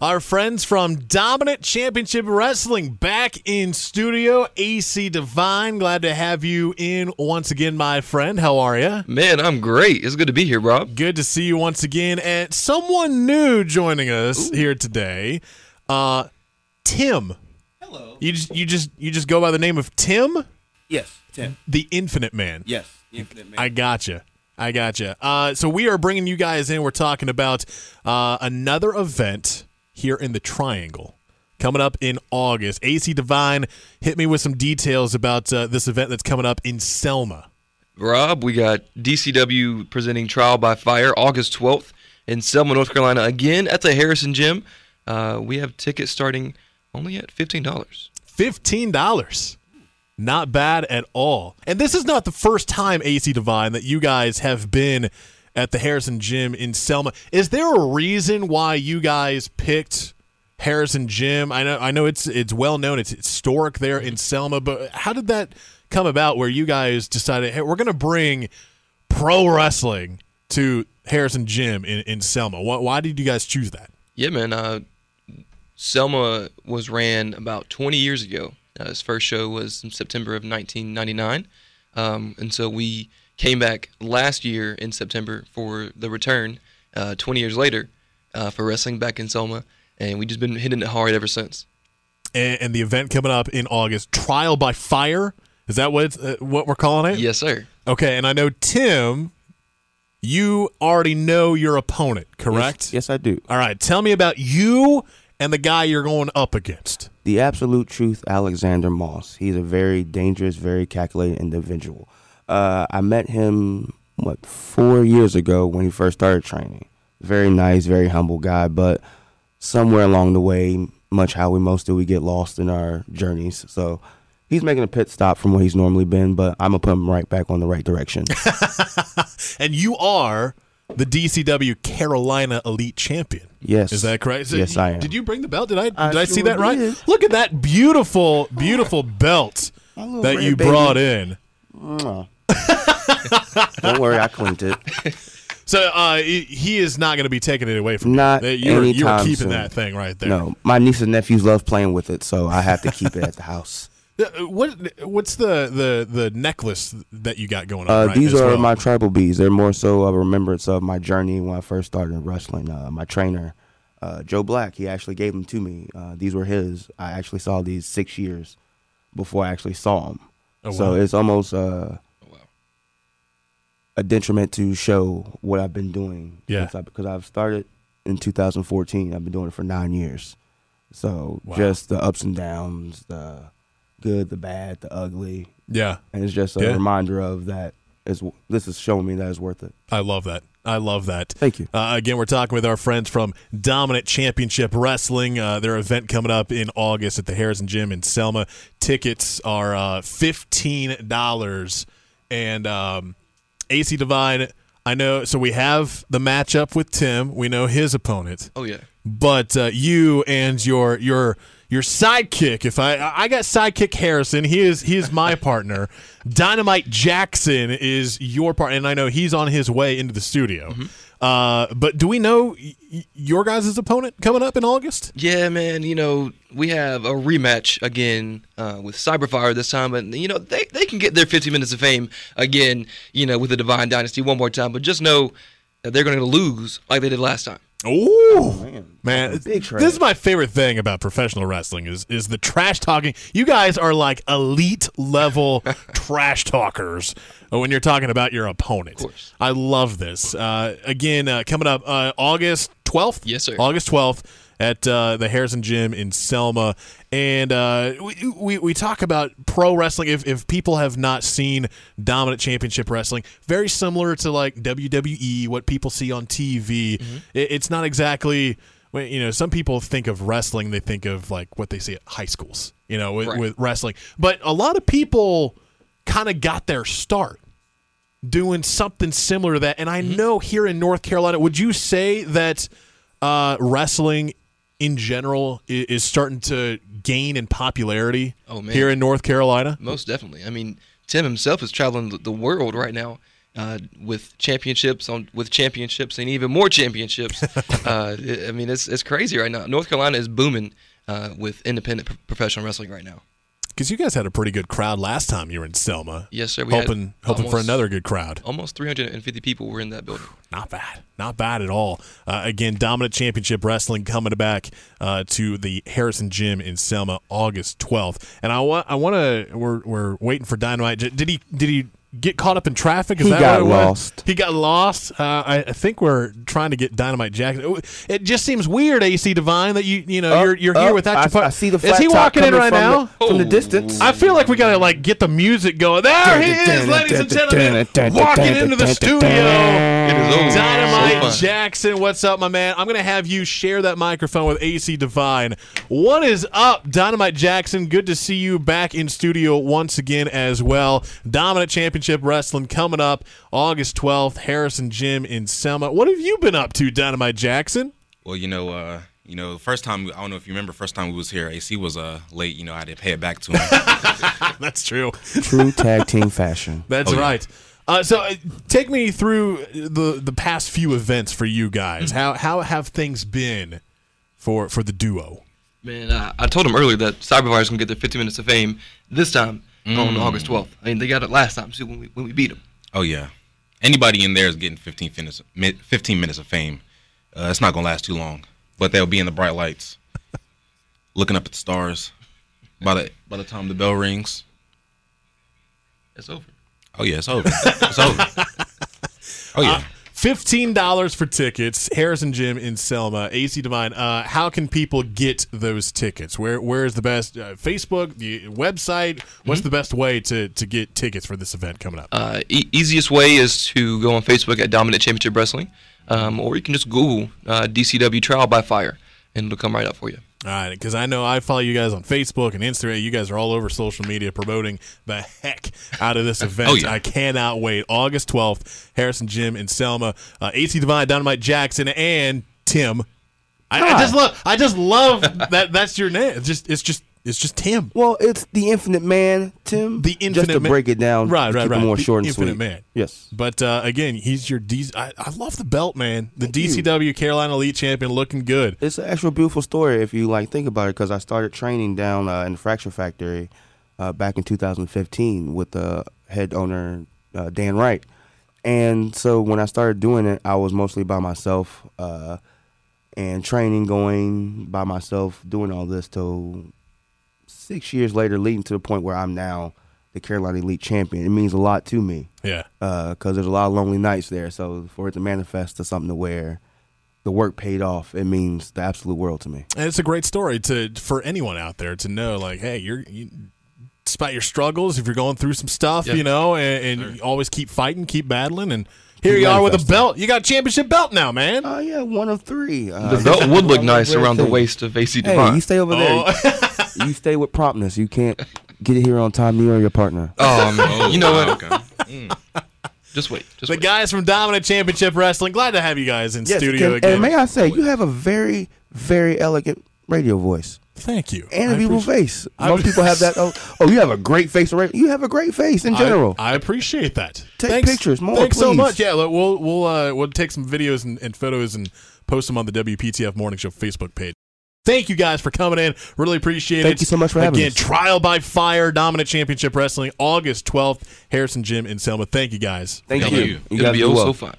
Our friends from Dominant Championship Wrestling back in studio. AC Divine, glad to have you in once again, my friend. How are you? Man, I'm great. It's good to be here, Rob. Good to see you once again. And someone new joining us here today, uh, Tim. Hello. You just you just you just go by the name of Tim, Yes, Tim. the Infinite Man. Yes, the Infinite Man. I gotcha. I gotcha. Uh, so we are bringing you guys in. We're talking about uh, another event here in the Triangle coming up in August. AC Divine hit me with some details about uh, this event that's coming up in Selma. Rob, we got DCW presenting Trial by Fire August 12th in Selma, North Carolina, again at the Harrison Gym. Uh, we have tickets starting only at $15. Fifteen dollars. Not bad at all. And this is not the first time AC Divine that you guys have been at the Harrison Gym in Selma. Is there a reason why you guys picked Harrison Gym? I know I know it's it's well known, it's historic there in Selma, but how did that come about where you guys decided, hey, we're gonna bring pro wrestling to Harrison Gym in, in Selma? Why, why did you guys choose that? Yeah, man. Uh, Selma was ran about 20 years ago. Uh, his first show was in September of 1999. Um, and so we came back last year in September for the return uh, 20 years later uh, for wrestling back in Selma. And we've just been hitting it hard ever since. and, and the event coming up in August, Trial by Fire. Is that what it's, uh, what we're calling it? Yes, sir. Okay, and I know Tim, you already know your opponent, correct? Yes, I do. All right, tell me about you and the guy you're going up against. The absolute truth, Alexander Moss. He's a very dangerous, very calculated individual. Uh, I met him what four years ago when he first started training. Very nice, very humble guy, but somewhere along the way, much how we most do, we get lost in our journeys. So he's making a pit stop from where he's normally been, but I'm gonna put him right back on the right direction. And you are the DCW Carolina Elite Champion. Yes. Is that correct? So Yes, I am. Did you bring the belt? Did I, I did I see sure that right? did. Look at that beautiful, beautiful belt My little that red you baby. brought in. Mwah. Don't worry, I clinked it. So uh, he- he is not going to be taking it away from Not you. You're, you're anytime keeping soon. that thing right there. No, my niece and nephews love playing with it, so I have to keep it at the house. Uh, What what's the the the necklace that you got going on? Uh, right these as are well? my tribal bees. They're more so a remembrance of my journey when I first started wrestling. Uh, my trainer, uh, Joe Black, he actually gave them to me. Uh, these were his. I actually saw these six years before I actually saw them. Oh, So wow. Oh, it's almost uh, a detriment to show what I've been doing. Yeah. since I, because I've started in 2014. I've been doing it for nine years. So Wow. just the ups and downs, the good, the bad, the ugly, yeah. and it's just a Yeah. reminder of that. Is this is showing me that it's worth it. I love that. I love that. Thank you. Uh, again, we're talking with our friends from Dominant Championship Wrestling. Uh, their event coming up in August at the Harrison Gym in Selma. Tickets are uh, fifteen dollars. And um, AC Divine, I know. So we have the matchup with Tim. We know his opponent. Oh, yeah. but uh, you and your your your sidekick if i i got sidekick harrison he is he is my partner dynamite jackson is your part and i know he's on his way into the studio uh, but do we know y- y- your guys' opponent coming up in august Yeah, man. You know, we have a rematch again uh, with Cyberfire this time, but you know they, they can get their 15 minutes of fame again. You know, with the Divine Dynasty one more time, but just know that they're going to lose like they did last time. Ooh, man, Oh, man. That's a big this is my favorite thing about professional wrestling is is the trash talking. You guys are like elite level trash talkers when you're talking about your opponent. Of course. I love this. Uh, again, uh, coming up uh, August 12th. Yes, sir. August 12th at uh, the Harrison Gym in Selma, and uh, we, we we talk about pro wrestling. If if people have not seen Dominant Championship Wrestling, very similar to like WWE, what people see on TV. It, it's not exactly. well, You know, some people think of wrestling, they think of like what they see at high schools, you know, with, Right. with wrestling. But a lot of people kind of got their start doing something similar to that. And Mm-hmm. I know here in North Carolina, would you say that uh, wrestling in general is, is starting to gain in popularity Oh, man. here in North Carolina? Most definitely. I mean, Tim himself is traveling the- the world right now uh, with championships on with championships and even more championships. uh, I I mean, it's it's crazy right now. North Carolina is booming uh, with independent pro- professional wrestling right now. Because you guys had a pretty good crowd last time you were in Selma. Yes, sir. We had hoping hoping for almost- another good crowd. Almost 350 people were in that building. Not bad. Not bad at all. Uh, again, Dominant Championship Wrestling coming back uh, to the Harrison Gym in Selma August 12th. And I want I want to we're, we're waiting for Dynamite. J- Did he did he get caught up in traffic? Is He that got what it was? lost. He got lost. Uh, I, I think we're trying to get Dynamite Jackson. It just seems weird, AC Divine, that you you know Up, you're you're here up. without Oh, I, your. fu- I see the Is flat he top walking in coming right from now? the- from the Oh. distance. I feel like we gotta like get the music going. There he is, ladies and gentlemen, walking into the studio. It is over. So Dynamite fun. Jackson, what's up, my man? I'm gonna have you share that microphone with AC Divine. What is up, Dynamite Jackson? Good to see you back in studio once again as well. Dominant Championship Wrestling coming up August 12th, Harrison Gym in Selma. What have you been up to, Dynamite Jackson? Well, you know, uh, you know, the first time I don't know if you remember, first time we was here, AC was uh late. You know, I had to pay it back to him. That's true. True tag team fashion. That's Oh, yeah. right. Uh, so, uh, take me through the the past few events for you Mm. guys. How how have things been for for the duo? Man, I, I told him earlier that Cyberfire's gonna get their 50 minutes of fame this time on August 12th. I mean, they got it last time too when we when we beat them. oh yeah, anybody in there is getting 15 minutes, mi- 15 minutes of fame. Uh, it's not gonna last too long, but they'll be in the bright lights, looking up at the stars. By the by the time the bell rings, It's over. oh yeah, it's over. It's over. Oh Uh, yeah. Fifteen dollars for tickets. Harrison Gym in Selma. AC Divine. Uh, how can people get those tickets? Where where is the best uh, Facebook the website? Mm-hmm. What's the best way to to get tickets for this event coming up? Uh, e- easiest way is to go on Facebook at Dominant Championship Wrestling, um, or you can just Google uh, DCW Trial by Fire, and it'll come right up for you. All right, because I know I follow you guys on Facebook and Instagram. You guys are all over social media promoting the heck out of this event. Oh, yeah. I cannot wait. August 12th, Harrison Jim and Selma, uh, AC Divine, Dynamite Jackson, and Tim. I, I just love. I just love that. That's your name. It's just. It's just. It's just Tim. Well, it's the Infinite Man, Tim. The Just Infinite to Man. break it down, Right, to right, keep right. It more The short and Infinite sweet. Man. Yes. But uh, again, he's your D. I, I love the belt, man. The DCW Carolina Elite Champion, looking good. It's an actual beautiful story if you like think about it, because I started training down uh, in the Fracture Factory uh, back in 2015 with the head owner uh, Dan Wright, and so when I started doing it, I was mostly by myself uh, and training, going by myself, doing all this till six years later, leading to the point where I'm now the Carolina Elite Champion. It means a lot to me Yeah. because uh, there's a lot of lonely nights there. So for it to manifest to something to where the work paid off, it means the absolute world to me. And it's a great story to for anyone out there to know, like, hey, you're you, despite your struggles, if you're going through some stuff, Yeah. you know, and, and you always keep fighting, keep battling, and here you are with a manifesting. belt. You got a championship belt now, man. Oh yeah, one of three. Uh, The belt would look nice Rare around the thing. waist of AC Hey, Divine. you stay over Oh, there. you stay with promptness. You can't get it here on time. You or your partner. Oh, man. you know wow, what? okay. Just wait. Just the wait. guys from Dominant Championship Wrestling, glad to have you guys in studio and, again. and may I say, you have a very, very elegant radio voice Thank you. and I a beautiful appreciate- face. I Most people have that. Oh, oh, you have a great face. already. You have a great face in I- general. I, appreciate that. Take thanks, pictures more, Thanks so please. much. Yeah, look, we'll we'll uh, we'll take some videos and, and photos and post them on the WPTF Morning Show Facebook page. Thank you guys for coming in. Really appreciate it. Thank you so much for having Again, us. Trial by Fire, Dominant Championship Wrestling, August 12th, Harrison Gym in Selma. Thank you guys. Thank Thank you. you. You It'll guys be do oh well. so fun.